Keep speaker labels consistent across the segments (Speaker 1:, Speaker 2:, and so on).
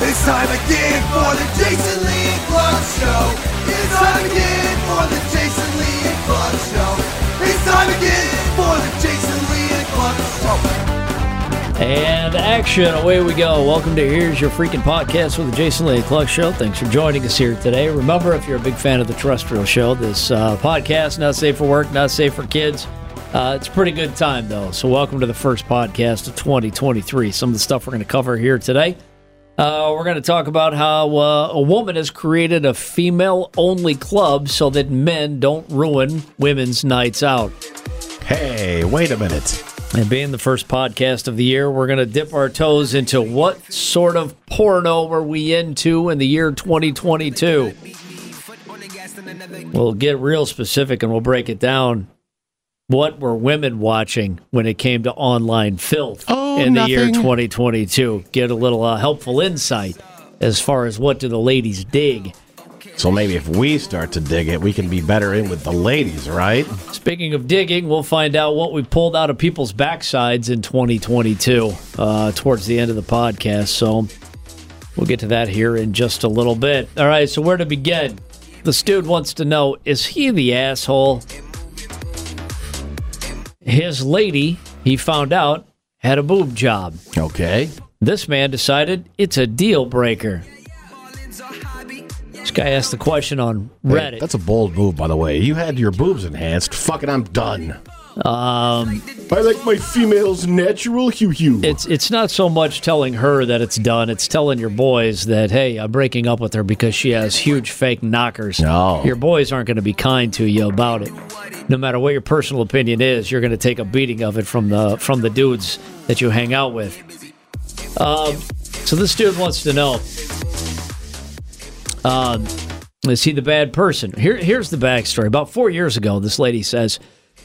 Speaker 1: It's time again for the Jason Lee and Clark Show. It's time again for the Jason Lee and Clark Show. It's time again for the Jason Lee and Clark Show.
Speaker 2: And action, away we go. Welcome to Here's Your Freaking Podcast with the Jason Lee Cluck Show. Thanks for joining us here today. Remember, if you're a big fan of the Terrestrial Show, this uh, podcast, not safe for work, not safe for kids. Uh, it's a pretty good time, though. So, welcome to the first podcast of 2023. Some of the stuff we're going to cover here today. Uh, we're going to talk about how uh, a woman has created a female only club so that men don't ruin women's nights out.
Speaker 3: Hey, wait a minute.
Speaker 2: And being the first podcast of the year, we're going to dip our toes into what sort of porno were we into in the year 2022. We'll get real specific and we'll break it down. What were women watching when it came to online filth
Speaker 3: Oh,
Speaker 2: in the year
Speaker 3: nothing.
Speaker 2: 2022? Get a little uh, helpful insight as far as what do the ladies dig.
Speaker 3: So maybe if we start to dig it, we can be better in with the ladies, right?
Speaker 2: Speaking of digging, we'll find out what we pulled out of people's backsides in 2022 uh, towards the end of the podcast. So we'll get to that here in just a little bit. All right, so where to begin? This dude wants to know is he the asshole? His lady, he found out, had a boob job.
Speaker 3: Okay.
Speaker 2: This man decided it's a deal breaker. This guy asked the question on Reddit.
Speaker 3: That's a bold move, by the way. You had your boobs enhanced. Fuck it, I'm done. Um, I like my females natural, hue hue.
Speaker 2: It's it's not so much telling her that it's done. It's telling your boys that hey, I'm breaking up with her because she has huge fake knockers.
Speaker 3: No.
Speaker 2: your boys aren't going to be kind to you about it. No matter what your personal opinion is, you're going to take a beating of it from the from the dudes that you hang out with. Um, so this dude wants to know. Um, is he the bad person? Here, here's the backstory. About four years ago, this lady says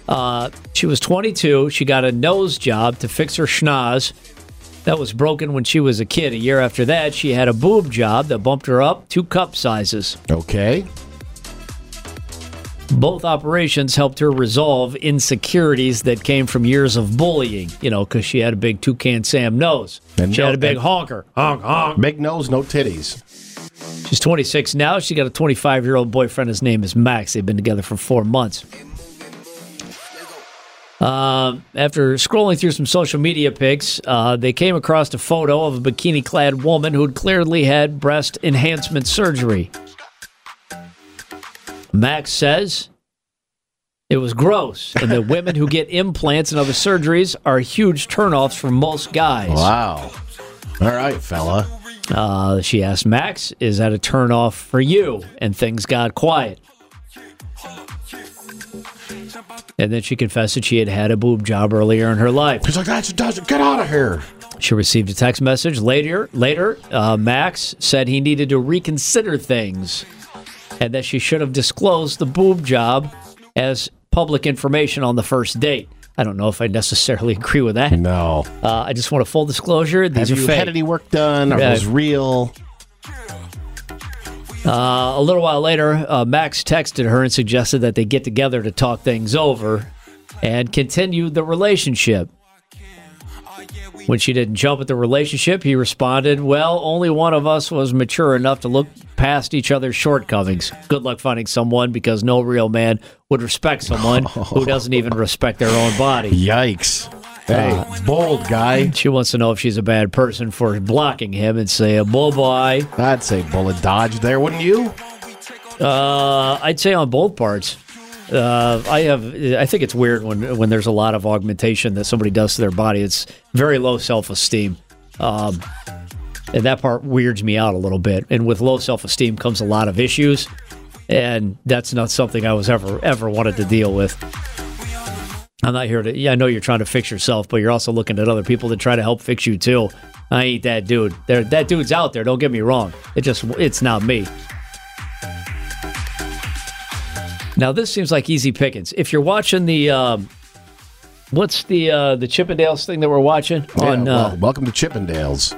Speaker 2: uh, she was 22. She got a nose job to fix her schnoz that was broken when she was a kid. A year after that, she had a boob job that bumped her up two cup sizes.
Speaker 3: Okay.
Speaker 2: Both operations helped her resolve insecurities that came from years of bullying, you know, because she had a big toucan Sam nose.
Speaker 3: And
Speaker 2: she
Speaker 3: no-
Speaker 2: had a big
Speaker 3: and-
Speaker 2: honker. Honk, honk.
Speaker 3: Big nose, no titties.
Speaker 2: She's 26 now. She got a 25 year old boyfriend. His name is Max. They've been together for four months. Um, after scrolling through some social media pics, uh, they came across a photo of a bikini clad woman who'd clearly had breast enhancement surgery. Max says it was gross, and that women who get implants and other surgeries are huge turnoffs for most guys.
Speaker 3: Wow. All right, fella.
Speaker 2: Uh, she asked Max, "Is that a turnoff for you?" And things got quiet. And then she confessed that she had had a boob job earlier in her life.
Speaker 3: He's like, that's a dozen. Get out of here.
Speaker 2: She received a text message later. Later, uh, Max said he needed to reconsider things, and that she should have disclosed the boob job as public information on the first date. I don't know if I necessarily agree with that.
Speaker 3: No.
Speaker 2: Uh, I just want a full disclosure. These
Speaker 3: Mm. Have
Speaker 2: are
Speaker 3: you
Speaker 2: fake.
Speaker 3: had any work done? Are
Speaker 2: Yeah.
Speaker 3: those real?
Speaker 2: A little while later, uh, Max texted her and suggested that they get together to talk things over and continue the relationship. When she didn't jump at the relationship, he responded, Well, only one of us was mature enough to look past each other's shortcomings. Good luck finding someone because no real man would respect someone who doesn't even respect their own body.
Speaker 3: Yikes. Hey,
Speaker 2: Uh,
Speaker 3: bold guy.
Speaker 2: She wants to know if she's a bad person for blocking him and say, Bye bye.
Speaker 3: I'd say bullet dodge there, wouldn't you?
Speaker 2: Uh, I'd say on both parts. Uh, I have. I think it's weird when when there's a lot of augmentation that somebody does to their body. It's very low self esteem. Um, and that part weirds me out a little bit. And with low self esteem comes a lot of issues, and that's not something I was ever ever wanted to deal with. I'm not here to. Yeah, I know you're trying to fix yourself, but you're also looking at other people to try to help fix you too. I ain't that dude. There, that dude's out there. Don't get me wrong. It just it's not me. Now this seems like easy pickings. If you're watching the, um, what's the uh, the Chippendales thing that we're watching on?
Speaker 3: Oh, Yeah,
Speaker 2: uh,
Speaker 3: well, welcome to Chippendales.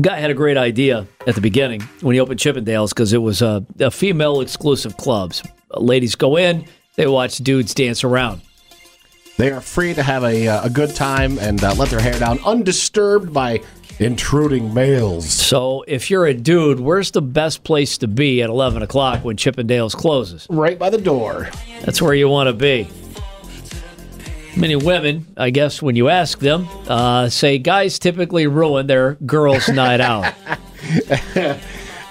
Speaker 2: guy had a great idea at the beginning when he opened Chippendales because it was a, a female exclusive clubs. Uh, Ladies go in, they watch dudes dance around.
Speaker 3: They are free to have a, uh, a good time and uh, let their hair down undisturbed by Intruding males.
Speaker 2: So if you're a dude, where's the best place to be at 11 o'clock when Chippendales closes?
Speaker 3: Right by the door.
Speaker 2: That's where you want to be. Many women, I guess, when you ask them, uh, say guys typically ruin their girls' night out.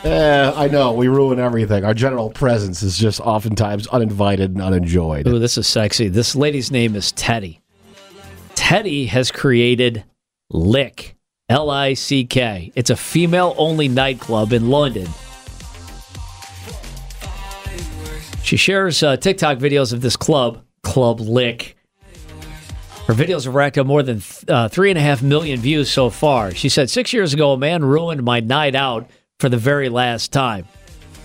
Speaker 3: Uh, I know, we ruin everything. Our general presence is just oftentimes uninvited and unenjoyed.
Speaker 2: Ooh, this is sexy. This lady's name is Teddy. Teddy has created Lick, L I C K. It's a female only nightclub in London. She shares uh, TikTok videos of this club, Club Lick. Her videos have racked up more than uh, three and a half million views so far. She said, Six years ago, a man ruined my night out for the very last time.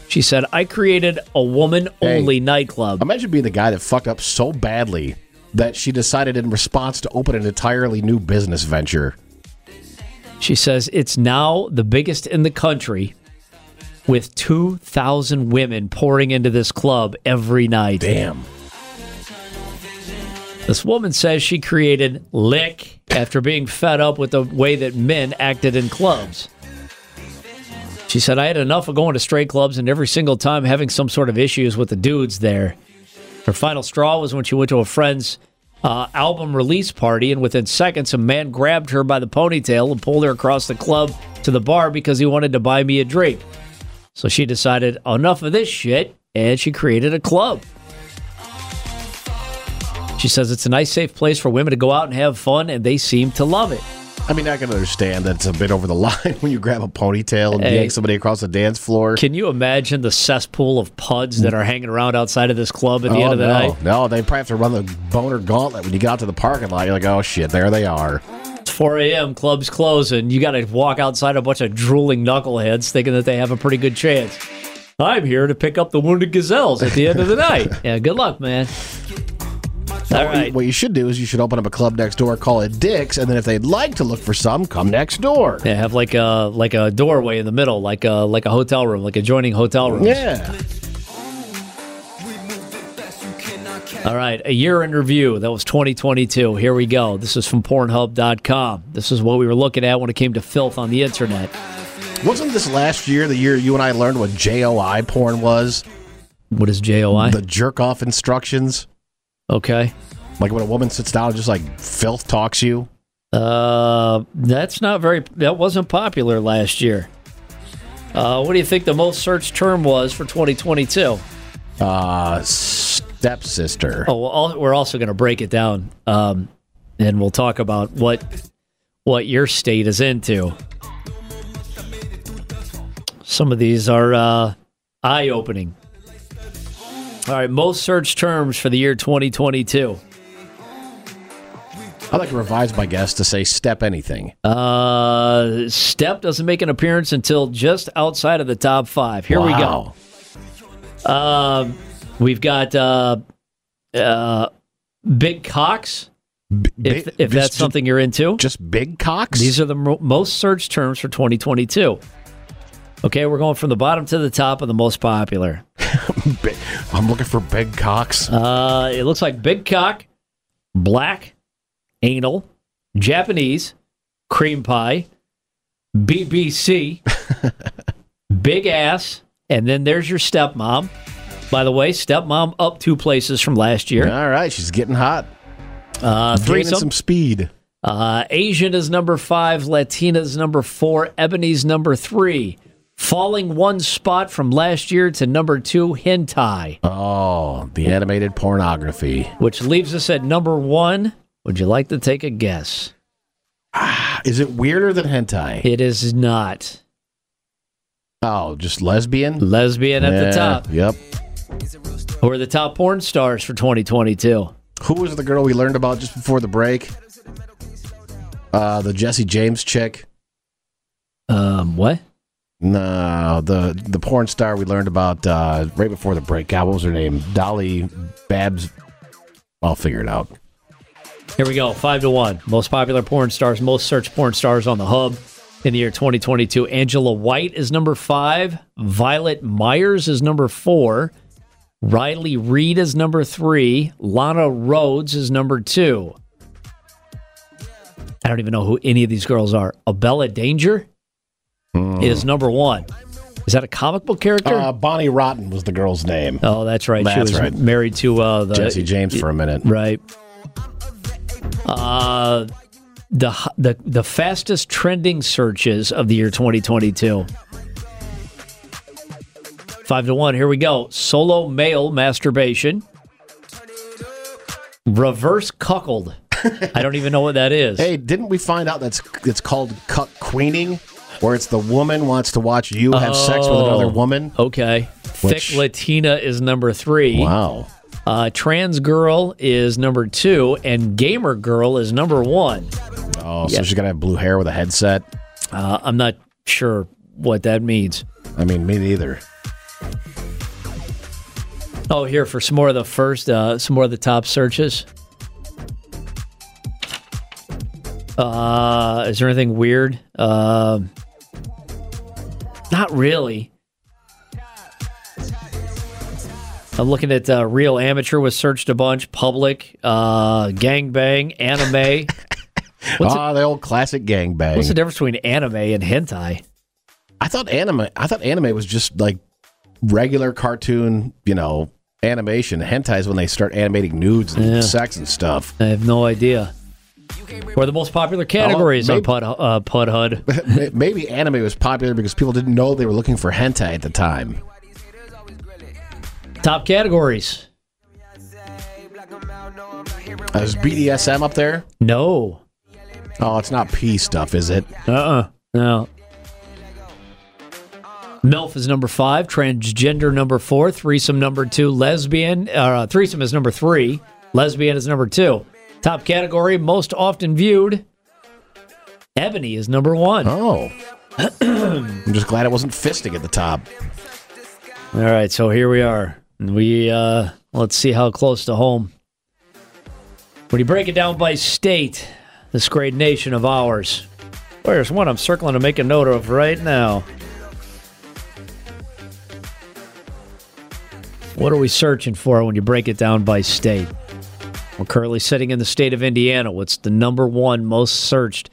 Speaker 2: She said, I created a woman only nightclub.
Speaker 3: Imagine being the guy that fucked up so badly that she decided in response to open an entirely new business venture.
Speaker 2: She says it's now the biggest in the country with 2,000 women pouring into this club every night.
Speaker 3: Damn.
Speaker 2: This woman says she created Lick after being fed up with the way that men acted in clubs. She said, I had enough of going to straight clubs and every single time having some sort of issues with the dudes there. Her final straw was when she went to a friend's uh, album release party, and within seconds, a man grabbed her by the ponytail and pulled her across the club to the bar because he wanted to buy me a drink. So she decided, enough of this shit, and she created a club. She says it's a nice, safe place for women to go out and have fun, and they seem to love it.
Speaker 3: I mean, I can understand that it's a bit over the line when you grab a ponytail and
Speaker 2: Hey.
Speaker 3: yank somebody across the dance floor.
Speaker 2: Can you imagine the cesspool of puds that are hanging around outside of this club at the end
Speaker 3: Oh,
Speaker 2: of the
Speaker 3: no.
Speaker 2: night?
Speaker 3: No, they probably have to run the boner gauntlet when you get out to the parking lot. You're like, oh shit, there they are.
Speaker 2: It's 4 a.m., club's closing. You got to walk outside a bunch of drooling knuckleheads thinking that they have a pretty good chance. I'm here to pick up the wounded gazelles at the end of the night. Yeah, good luck, man. All right.
Speaker 3: What you should do is you should open up a club next door, call it Dick's, and then if they'd like to look for some, come next door.
Speaker 2: Yeah, have like a like a doorway in the middle, like a like a hotel room, like adjoining hotel rooms.
Speaker 3: Yeah.
Speaker 2: All right, a year in review. That was 2022. Here we go. This is from Pornhub.com. This is what we were looking at when it came to filth on the internet.
Speaker 3: Wasn't this last year the year you and I learned what JOI porn was?
Speaker 2: What is JOI?
Speaker 3: The jerk off instructions?
Speaker 2: okay.
Speaker 3: Like when a woman sits down and just like filth talks you?
Speaker 2: Uh, that's not very. That wasn't popular last year. Uh, what do you think the most searched term was for 2022?
Speaker 3: Uh, stepsister.
Speaker 2: Oh, well, al- we're also going to break it down, um, and we'll talk about what what your state is into. Some of these are uh, eye opening. All right, most search terms for the year 2022.
Speaker 3: I'd like to revise my guess to say step anything.
Speaker 2: Uh, Step doesn't make an appearance until just outside of the top five. Here we go.
Speaker 3: Wow.
Speaker 2: Um, we've got uh, uh, big cocks.
Speaker 3: B-
Speaker 2: If,
Speaker 3: bi-
Speaker 2: if that's
Speaker 3: just-
Speaker 2: something you're into,
Speaker 3: Just big cocks?
Speaker 2: These are the mo- most searched terms for 2022. Okay, we're going from the bottom to the top of the most popular.
Speaker 3: Bi- I'm looking for big cocks.
Speaker 2: Uh, it looks like big cock, black, anal, Japanese, cream pie, BBC, big ass, and then there's your stepmom. By the way, stepmom up two places from last year.
Speaker 3: All right, she's getting hot.
Speaker 2: Uh,
Speaker 3: Gaining
Speaker 2: threesome.
Speaker 3: some speed.
Speaker 2: Uh, Asian is number five, Latina's number four, Ebony's number three. Falling one spot from last year to number two, hentai,
Speaker 3: Oh, the animated pornography.
Speaker 2: which leaves us at number one. Would you like to take a guess?
Speaker 3: Is it weirder than hentai?
Speaker 2: It is not
Speaker 3: Oh, just lesbian?
Speaker 2: lesbian at
Speaker 3: Yeah,
Speaker 2: the top.
Speaker 3: Yep.
Speaker 2: Who are the top porn stars for 2022?
Speaker 3: Who was the girl we learned about just before the break? Uh, the Jesse James chick.
Speaker 2: Um, what?
Speaker 3: No, the the porn star we learned about uh, right before the break. God, what was her name? Dolly Babs. I'll figure it out.
Speaker 2: Here we go. Five to one. Most popular porn stars, most searched porn stars on the hub in the year 2022. Angela White is number five. Violet Myers is number four. Riley Reed is number three. Lana Rhodes is number two. I don't even know who any of these girls are. Abella Danger is number one. Is that a comic book character?
Speaker 3: Hmm. Uh, Bonnie Rotten was the girl's name.
Speaker 2: oh, that's right. she
Speaker 3: that's
Speaker 2: was
Speaker 3: right.
Speaker 2: married to uh, the
Speaker 3: Jesse James for a minute.
Speaker 2: Right. Uh, the the the fastest trending searches of the year 2022. Five to one. Here we go. Solo male masturbation. Reverse cuckold. I don't even know what that is.
Speaker 3: Hey, didn't we find out that's it's called cut queening, where it's the woman wants to watch you have sex
Speaker 2: Oh.
Speaker 3: with another woman?
Speaker 2: Okay.
Speaker 3: Which-
Speaker 2: Thick Latina is number three.
Speaker 3: Wow.
Speaker 2: Uh, trans girl is number two, and gamer girl is number one.
Speaker 3: Oh, so she's gonna have blue hair with a headset.
Speaker 2: Uh, I'm not sure what that means.
Speaker 3: I mean, me neither.
Speaker 2: Oh, here for some more of the first, uh, some more of the top searches. Uh, is there anything weird? Um, not really. I'm looking at uh, real amateur was searched a bunch, public, uh, gangbang, anime. What's it-
Speaker 3: ah, the old classic gangbang.
Speaker 2: What's the difference between anime and hentai?
Speaker 3: I thought anime. I thought anime was just like regular cartoon, you know, animation. Hentai is when they start animating nudes and
Speaker 2: Yeah.
Speaker 3: sex and stuff.
Speaker 2: I have no idea. Or the most popular categories on
Speaker 3: maybe-
Speaker 2: Pud, uh, PudHud.
Speaker 3: May- Maybe anime was popular because people didn't know they were looking for hentai at the time.
Speaker 2: Top categories.
Speaker 3: Uh, is BDSM up there?
Speaker 2: No.
Speaker 3: Oh, it's not P stuff, is it?
Speaker 2: Uh uh No. MILF is number five, transgender number four, threesome number two, lesbian. Uh, threesome is number three, lesbian is number two. Top category, most often viewed. Ebony is number one.
Speaker 3: Oh. I'm just glad it wasn't fisting at the top.
Speaker 2: All right, so here we are. We uh, let's see how close to home. When you break it down by state, this great nation of ours. There's one I'm circling to make a note of right now. What are we searching for when you break it down by state? We're currently sitting in the state of Indiana. What's the number one most searched?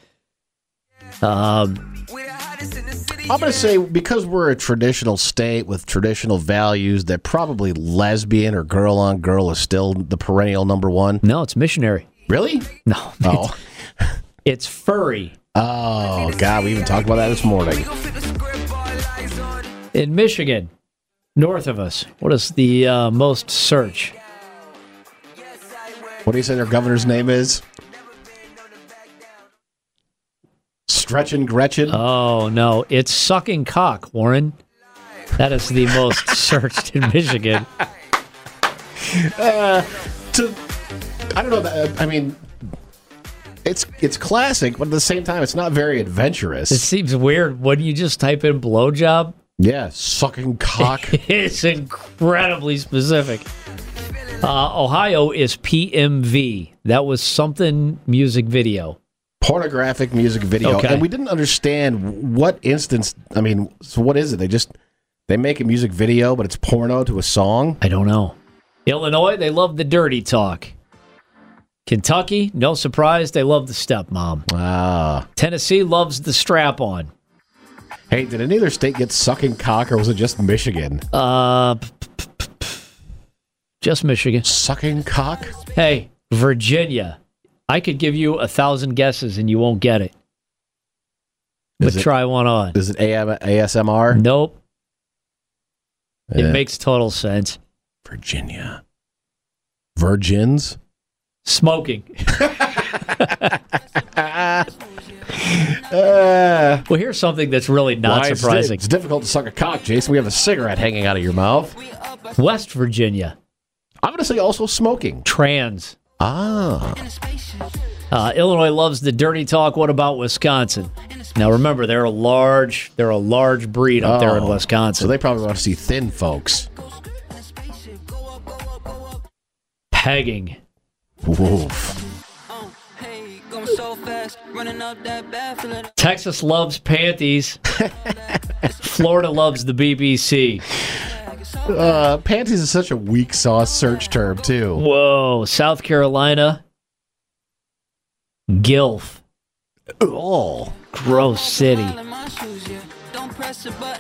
Speaker 2: Um,
Speaker 3: I'm going to say because we're a traditional state with traditional values that probably lesbian or girl on girl is still the perennial number one.
Speaker 2: no, it's missionary.
Speaker 3: Really?
Speaker 2: No,
Speaker 3: Oh.
Speaker 2: it's furry.
Speaker 3: Oh, God, we even talked about that this morning.
Speaker 2: in Michigan, north of us. What is the uh, most search?
Speaker 3: What do you say their governor's name is? Stretchin' Gretchen?
Speaker 2: Oh no, it's sucking cock, Warren. That is the most searched in Michigan.
Speaker 3: to I don't know. that- I mean, it's it's classic, but at the same time, it's not very adventurous.
Speaker 2: It seems weird when you just type in blowjob.
Speaker 3: yeah, sucking cock.
Speaker 2: It's incredibly specific. Uh, Ohio is PMV. That was something music video.
Speaker 3: pornographic music video,
Speaker 2: Okay.
Speaker 3: and we didn't understand what instance. I mean, so what is it? They just they make a music video, but it's porno to a song.
Speaker 2: I don't know. Illinois, they love the dirty talk. Kentucky, no surprise, they love the stepmom.
Speaker 3: Ah,
Speaker 2: Tennessee loves the strap on.
Speaker 3: hey, did any other state get sucking cock, or was it just Michigan
Speaker 2: Uh, p- p- p- p- just Michigan.
Speaker 3: sucking cock?
Speaker 2: Hey, Virginia, I could give you a thousand guesses and you won't get it. But
Speaker 3: Is it-
Speaker 2: try one on.
Speaker 3: Is it AM, ASMR?
Speaker 2: Nope, it
Speaker 3: Eh,
Speaker 2: makes total sense.
Speaker 3: Virginia. Virgins.
Speaker 2: Smoking.
Speaker 3: Ah. Uh,
Speaker 2: Well, here's something that's really not
Speaker 3: Why, it's di-
Speaker 2: surprising.
Speaker 3: It's, difficult to suck a cock, Jason. We have a cigarette hanging out of your mouth.
Speaker 2: West Virginia,
Speaker 3: I'm going to say also smoking.
Speaker 2: trans.
Speaker 3: Ah.
Speaker 2: Uh, Illinois loves the dirty talk. What about Wisconsin? Now remember, they're a large, they're a large breed up there in
Speaker 3: Oh. So
Speaker 2: Wisconsin.
Speaker 3: they probably want to see thin folks.
Speaker 2: Pegging.
Speaker 3: Woof.
Speaker 4: Oh, Hey, going so fast, running up that bad feeling.
Speaker 2: Texas loves panties. Florida loves the BBC.
Speaker 3: Uh, panties is such a weak sauce search term, too.
Speaker 2: Whoa, South Carolina. Gilf.
Speaker 3: Oh.
Speaker 2: Gross city.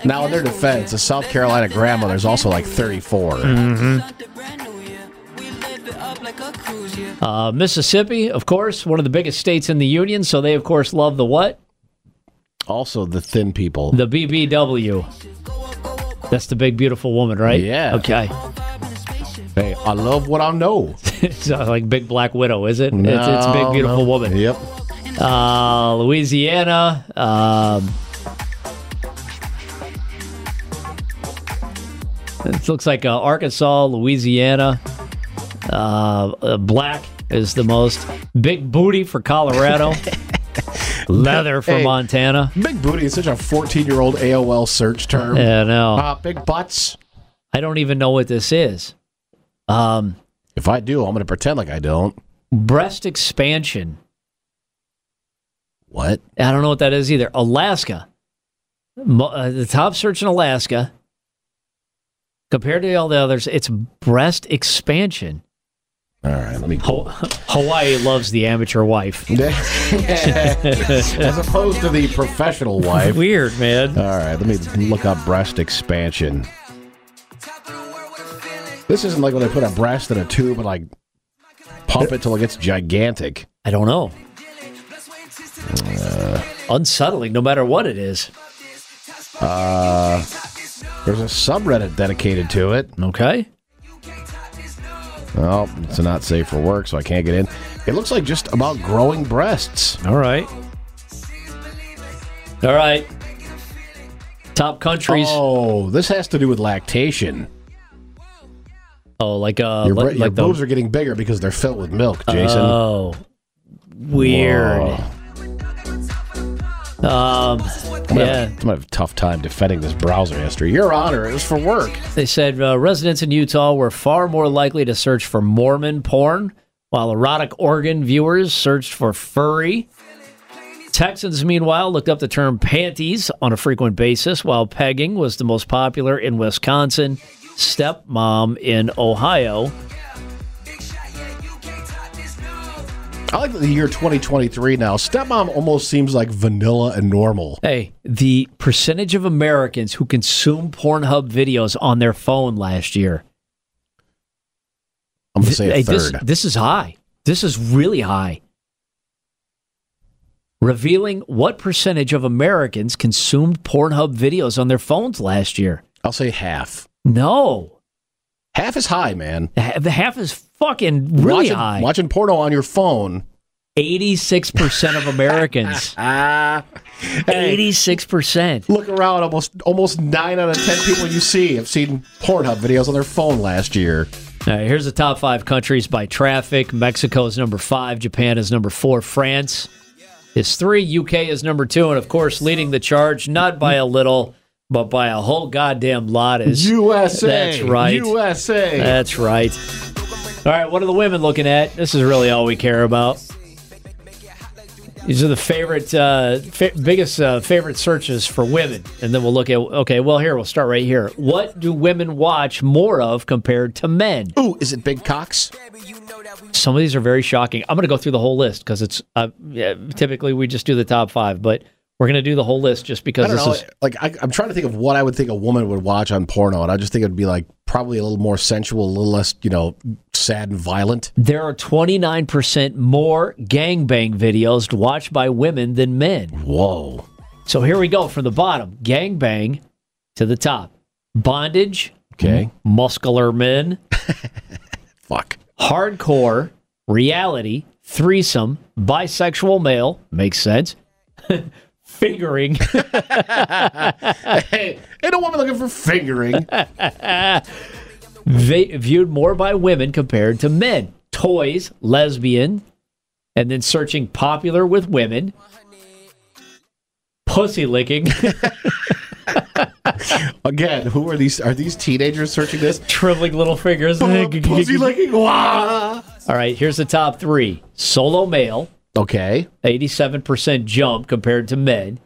Speaker 3: Now, in their defense, the South Carolina grandmother is also like 34.
Speaker 2: Uh, Mississippi, of course, one of the biggest states in the union. So they, of course, love the what?
Speaker 3: Also, the thin people.
Speaker 2: The BBW. That's the big beautiful woman, right?
Speaker 3: Yeah.
Speaker 2: Okay.
Speaker 3: hey, I love what I know.
Speaker 2: it's not like Big Black Widow, is it? it's, it's
Speaker 3: No,
Speaker 2: Big Beautiful
Speaker 3: no.
Speaker 2: Woman.
Speaker 3: Yep.
Speaker 2: Uh, Louisiana. Um, it looks like uh, Arkansas, Louisiana. Uh, uh, black is the most. Big booty for Colorado. Leather for
Speaker 3: Hey.
Speaker 2: Montana.
Speaker 3: Big booty is such a 14 year old AOL search term.
Speaker 2: Yeah, no.
Speaker 3: Uh, big butts.
Speaker 2: I don't even know what this is. Um,
Speaker 3: If I do, I'm going to pretend like I don't.
Speaker 2: breast expansion.
Speaker 3: What?
Speaker 2: I don't know what that is either. Alaska. Mo- uh, the top search in Alaska, compared to all the others, it's breast expansion.
Speaker 3: All right, let me.
Speaker 2: Ho- Hawaii loves the amateur wife.
Speaker 3: As opposed to the professional wife.
Speaker 2: Weird, man.
Speaker 3: All right, let me look up breast expansion. This isn't like when they put a breast in a tube and like pump it till it gets gigantic.
Speaker 2: I don't know. Uh, Unsettling, no matter what it is.
Speaker 3: There's a subreddit dedicated to it.
Speaker 2: Okay.
Speaker 3: Oh, it's not safe for work, so I can't get in. It looks like just about growing breasts.
Speaker 2: All right. All right. Top countries. Oh,
Speaker 3: Oh, this has to do with lactation.
Speaker 2: like uh,
Speaker 3: Your,
Speaker 2: like,
Speaker 3: bre- your
Speaker 2: like the-
Speaker 3: boobs are getting bigger because they're filled with milk, Jason.
Speaker 2: Oh, weird.
Speaker 3: Whoa.
Speaker 2: Um,
Speaker 3: I'm gonna,
Speaker 2: yeah,
Speaker 3: have, I'm gonna have a tough time defending this browser history. Your Honor, it was for work.
Speaker 2: they said uh, residents in Utah were far more likely to search for Mormon porn, while erotic Oregon viewers searched for furry. Texans, meanwhile, looked up the term panties on a frequent basis, while pegging was the most popular in Wisconsin, stepmom in Ohio.
Speaker 3: I like that the year 2023 now. Stepmom almost seems like vanilla and normal.
Speaker 2: Hey, the percentage of Americans who consume Pornhub videos on their phone last year.
Speaker 3: I'm gonna say a
Speaker 2: Hey,
Speaker 3: third.
Speaker 2: this, this is high. This is really high. Revealing what percentage of Americans consumed Pornhub videos on their phones last year.
Speaker 3: I'll say half.
Speaker 2: No.
Speaker 3: Half is high, man.
Speaker 2: Ha- The half is fucking really
Speaker 3: watching,
Speaker 2: high.
Speaker 3: Watching porno on your phone.
Speaker 2: 86% of Americans.
Speaker 3: Ah. Hey,
Speaker 2: 86%.
Speaker 3: look around. Almost almost nine out of ten people you see have seen Pornhub videos on their phone last year.
Speaker 2: All right, here's the top five countries by traffic. Mexico is number five. Japan is number four. France is three. UK is number two. And of course, leading the charge, not by a little, but by a whole goddamn lot, is
Speaker 3: USA.
Speaker 2: That's right.
Speaker 3: USA.
Speaker 2: That's right. All right, what are the women looking at? This is really all we care about. These are the favorite, uh, fa- biggest uh, favorite searches for women, and then we'll look at. Okay, well, here we'll start right here. What do women watch more of compared to men?
Speaker 3: Ooh, is it big cocks?
Speaker 2: Some of these are very shocking. I'm going to go through the whole list because it's uh, yeah, typically we just do the top five, but we're going to do the whole list just
Speaker 3: I
Speaker 2: because
Speaker 3: don't
Speaker 2: this
Speaker 3: know.
Speaker 2: is
Speaker 3: like I, I'm trying to think of what I would think a woman would watch on porno, and I just think it'd be like probably a little more sensual, a little less, you know, sad and violent.
Speaker 2: there are 29% more gangbang videos watched by women than men.
Speaker 3: Whoa.
Speaker 2: So here we go from the bottom, gangbang to the top. Bondage,
Speaker 3: Okay.
Speaker 2: muscular men,
Speaker 3: Fuck.
Speaker 2: hardcore, reality, threesome, bisexual male, makes sense. Fingering,
Speaker 3: Hey, ain't a woman looking for fingering.
Speaker 2: va- viewed more by women compared to men. Toys, lesbian, and then searching popular with women. Pussy licking,
Speaker 3: Again, who are these? Are these teenagers searching this?
Speaker 2: trembling little fingers.
Speaker 3: Uh-huh. Pussy licking. Wah.
Speaker 2: All right, here's the top three solo male,
Speaker 3: Okay.
Speaker 2: 87% jump compared to men.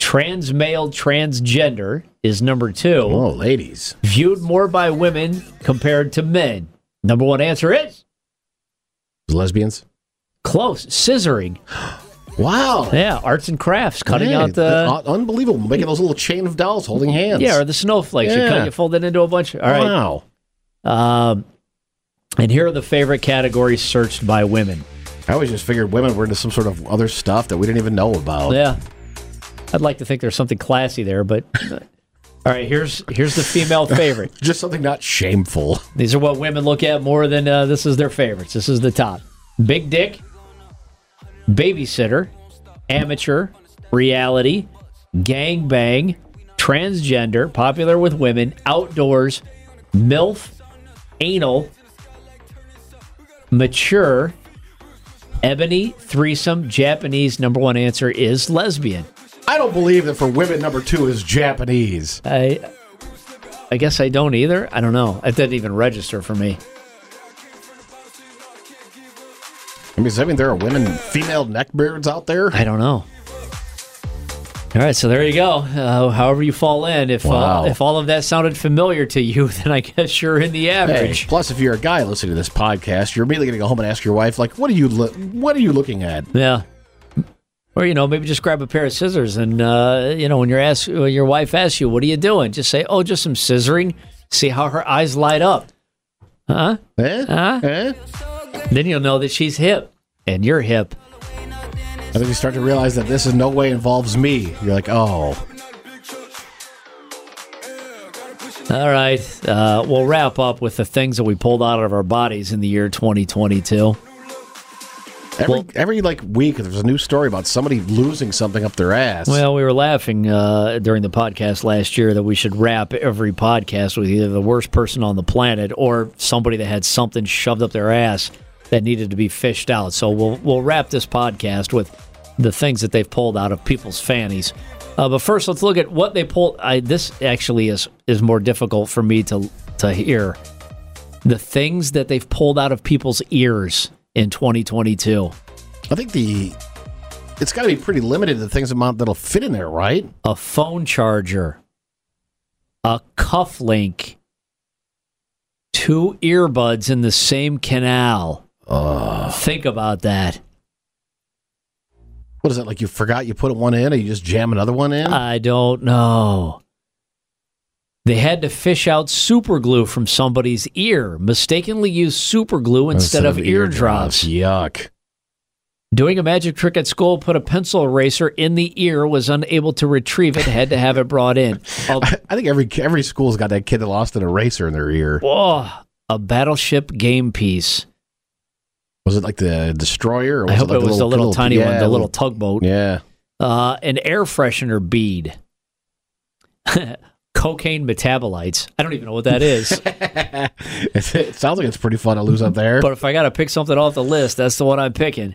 Speaker 2: Trans male transgender is number two,
Speaker 3: Oh, ladies.
Speaker 2: viewed more by women compared to men. Number one answer is
Speaker 3: Lesbians.
Speaker 2: close scissoring.
Speaker 3: Wow.
Speaker 2: Yeah, arts and crafts, cutting
Speaker 3: Hey,
Speaker 2: out the.
Speaker 3: un- unbelievable. Making those little chain of dolls holding hands.
Speaker 2: Yeah, or the snowflakes. You,
Speaker 3: Yeah.
Speaker 2: cut, you fold it into a bunch. All right.
Speaker 3: Wow.
Speaker 2: Um, and here are the favorite categories searched by women.
Speaker 3: I always just figured women were into some sort of other stuff that we didn't even know about.
Speaker 2: Yeah, I'd like to think there's something classy there, but all right, here's here's the female favorite.
Speaker 3: Just something not shameful.
Speaker 2: These are what women look at more than uh, this is their favorites. This is the top: big dick, babysitter, amateur, reality, gang bang, transgender, popular with women, outdoors, milf, anal, mature, ebony, threesome, Japanese. Number one answer is lesbian.
Speaker 3: I don't believe that for women, number two is Japanese.
Speaker 2: I, I guess I don't either. I don't know. It didn't even register for me.
Speaker 3: I mean, does that mean there are women, female neckbeards out there?
Speaker 2: I don't know. All right, so there you go. Uh, however you fall in, if
Speaker 3: Wow.
Speaker 2: uh, if all of that sounded familiar to you, then I guess you're in the
Speaker 3: Hey,
Speaker 2: average.
Speaker 3: plus, if you're a guy listening to this podcast, you're immediately going to go home and ask your wife, like, what are you, lo- what are you looking at?
Speaker 2: Yeah. Or you know, maybe just grab a pair of scissors and uh, you know when your ask when your wife asks you, "What are you doing?" Just say, "Oh, just some scissoring." See how her eyes light up. Huh?
Speaker 3: Eh?
Speaker 2: Huh?
Speaker 3: Eh?
Speaker 2: Then you'll know that she's hip and you're hip.
Speaker 3: And then you start to realize that this in no way involves me. You're like, oh,
Speaker 2: All right. Uh, we'll wrap up with the things that we pulled out of our bodies in the year 2022.
Speaker 3: every
Speaker 2: Well-
Speaker 3: every like week there's a new story about somebody losing something up their ass.
Speaker 2: Well, we were laughing uh, during the podcast last year that we should wrap every podcast with either the worst person on the planet or somebody that had something shoved up their ass that needed to be fished out. So we'll we'll wrap this podcast with the things that they've pulled out of people's fannies. Uh, but first, let's look at what they pulled. I, this actually is is more difficult for me to to hear. The things that they've pulled out of people's ears in 2022.
Speaker 3: I think the it's got to be pretty limited the things amount that'll fit in there, right?
Speaker 2: a phone charger, a cuff link, two earbuds in the same canal.
Speaker 3: Uh,
Speaker 2: Think about that.
Speaker 3: What is that like? You forgot you put one in, and you just jam another one in?
Speaker 2: I don't know. They had to fish out super glue from somebody's ear, mistakenly used super glue instead, of, eardrops.
Speaker 3: Yuck.
Speaker 2: Doing a magic trick at school, put a pencil eraser in the ear, was unable to retrieve it, had to have it brought in. A-
Speaker 3: I think every every school's got that kid that lost an eraser in their ear.
Speaker 2: Whoa, oh, a battleship game piece.
Speaker 3: Was it like the destroyer? Or was
Speaker 2: I hope
Speaker 3: like
Speaker 2: it was the little, tiny one,
Speaker 3: yeah,
Speaker 2: the little tugboat.
Speaker 3: Yeah.
Speaker 2: Uh, an air freshener bead. Cocaine metabolites. I don't even know what that is.
Speaker 3: It, it sounds like it's pretty fun to lose up there.
Speaker 2: but if I got to pick something off the list, that's the one I'm picking.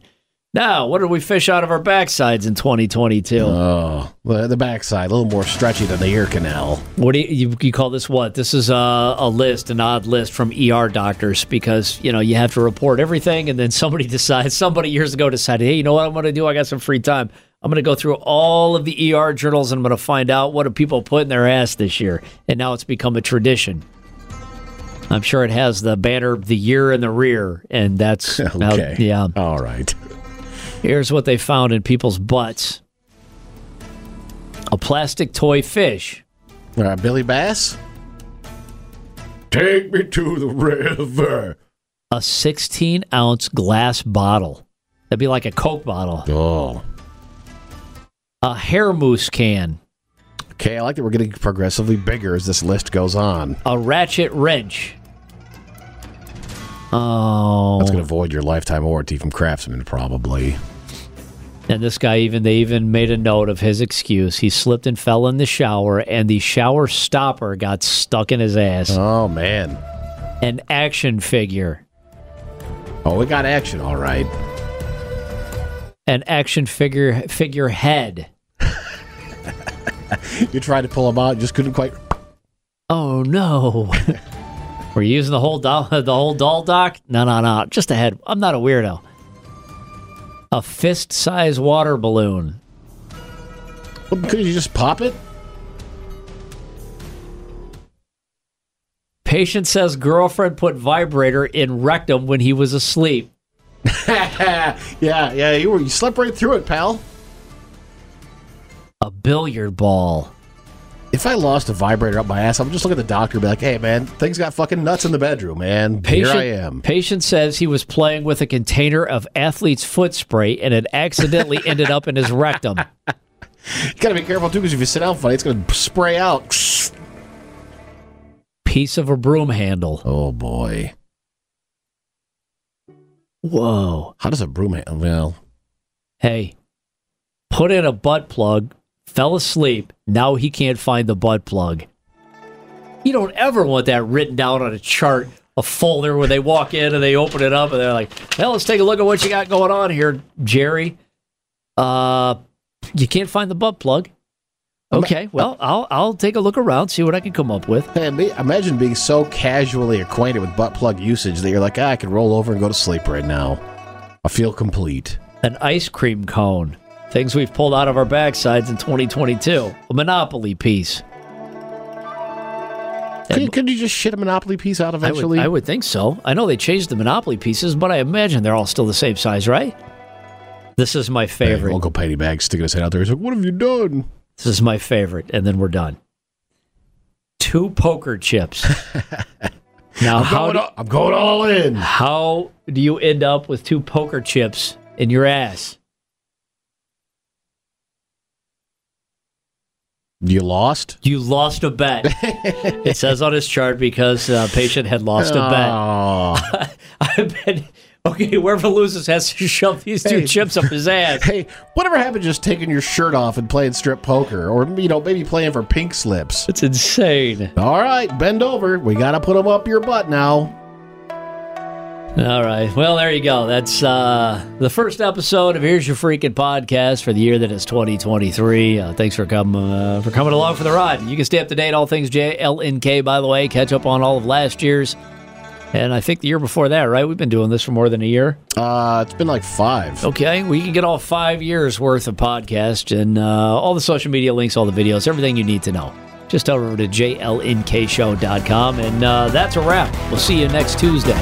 Speaker 2: Now, what did we fish out of our backsides in 2022?
Speaker 3: oh, the, the backside a little more stretchy than the ear canal.
Speaker 2: what do you, you, you call this? What this is a, a list, an odd list from ER doctors because you know you have to report everything, and then somebody decides. Somebody years ago decided, hey, you know what I'm going to do? I got some free time. I'm going to go through all of the ER journals and I'm going to find out what do people put in their ass this year. And now it's become a tradition. I'm sure it has the banner, the year in the rear, and that's now-
Speaker 3: Okay.
Speaker 2: yeah.
Speaker 3: All right.
Speaker 2: Here's what they found in people's butts: a plastic toy fish.
Speaker 3: All right, Billy Bass. Take me to the river.
Speaker 2: a 16 ounce glass bottle. That'd be like a Coke bottle.
Speaker 3: Oh.
Speaker 2: A hair mousse can.
Speaker 3: Okay, I like that we're getting progressively bigger as this list goes on.
Speaker 2: A ratchet wrench. Oh.
Speaker 3: That's going to void your lifetime warranty from Craftsman, probably.
Speaker 2: And this guy even they even made a note of his excuse. He slipped and fell in the shower and the shower stopper got stuck in his ass.
Speaker 3: Oh, man.
Speaker 2: An action figure.
Speaker 3: Oh, we got action, all right.
Speaker 2: An action figure figure head.
Speaker 3: You tried to pull them out, just couldn't quite.
Speaker 2: Oh no. We're you using the whole doll the whole doll dock? No no no. Just a head. I'm not a weirdo. A fist size water balloon.
Speaker 3: Well, Couldn't you just pop it?
Speaker 2: Patient says girlfriend put vibrator in rectum when he was asleep.
Speaker 3: yeah, yeah, you were you slept right through it, pal.
Speaker 2: A billiard ball.
Speaker 3: If I lost a vibrator up my ass, I would just look at the doctor and be like, "Hey, man, things got fucking nuts in the bedroom, man.
Speaker 2: Patient,
Speaker 3: Here I am."
Speaker 2: patient says he was playing with a container of athlete's foot spray and it accidentally ended up in his rectum.
Speaker 3: You gotta be careful too, because if you sit down funny, it's gonna spray out.
Speaker 2: Piece of a broom handle.
Speaker 3: Oh boy,
Speaker 2: Whoa.
Speaker 3: how does a broom? ha- Well,
Speaker 2: Hey, put in a butt plug, fell asleep. Now he can't find the butt plug. You don't ever want that written down on a chart, a folder where they walk in and they open it up and they're like, well, let's take a look at what you got going on here, Jerry. Uh, you can't find the butt plug. Okay, well, I'll I'll take a look around, see what I can come up with.
Speaker 3: hey, ma- imagine being so casually acquainted with butt plug usage that you're like, ah, "I can roll over and go to sleep right now. I feel complete."
Speaker 2: An ice cream cone. Things we've pulled out of our backsides in 2022. A Monopoly piece.
Speaker 3: Could, you- could you just shit a monopoly piece out
Speaker 2: I would-
Speaker 3: eventually?
Speaker 2: I would, think so. I know they changed the Monopoly pieces, but I imagine they're all still the same size, right? This is my
Speaker 3: Hey,
Speaker 2: favorite.
Speaker 3: Local patty bag sticking his head out there. He's like, "What have you done?"
Speaker 2: This is my favorite, and then we're done. Two poker chips. now, how
Speaker 3: Going
Speaker 2: do,
Speaker 3: all- I'm going all in.
Speaker 2: how do you end up with two poker chips in your ass?
Speaker 3: You lost.
Speaker 2: You lost a bet. it says on his chart because uh, patient had lost a bet.
Speaker 3: Oh.
Speaker 2: I bet. Okay, whoever loses has to shove these two
Speaker 3: Hey.
Speaker 2: chips up his ass.
Speaker 3: Hey, whatever happened to just taking your shirt off and playing strip poker or, you know, maybe playing for pink slips?
Speaker 2: It's insane.
Speaker 3: All right, bend over. We got to put them up your butt now.
Speaker 2: All right. Well, there you go. That's uh, the first episode of Here's Your Freaking Podcast for the year that is 2023. Uh, thanks for coming uh, for coming along for the ride. You can stay up to date all things JLNK. By the way, catch up on all of last year's, and I think the year before that. Right? We've been doing this for more than a year.
Speaker 3: Uh, it's been like five.
Speaker 2: Okay, we can get all five years worth of podcast and uh, all the social media links, all the videos, everything you need to know. Just head over to jlnkshow.com, and uh, that's a wrap. We'll see you next Tuesday.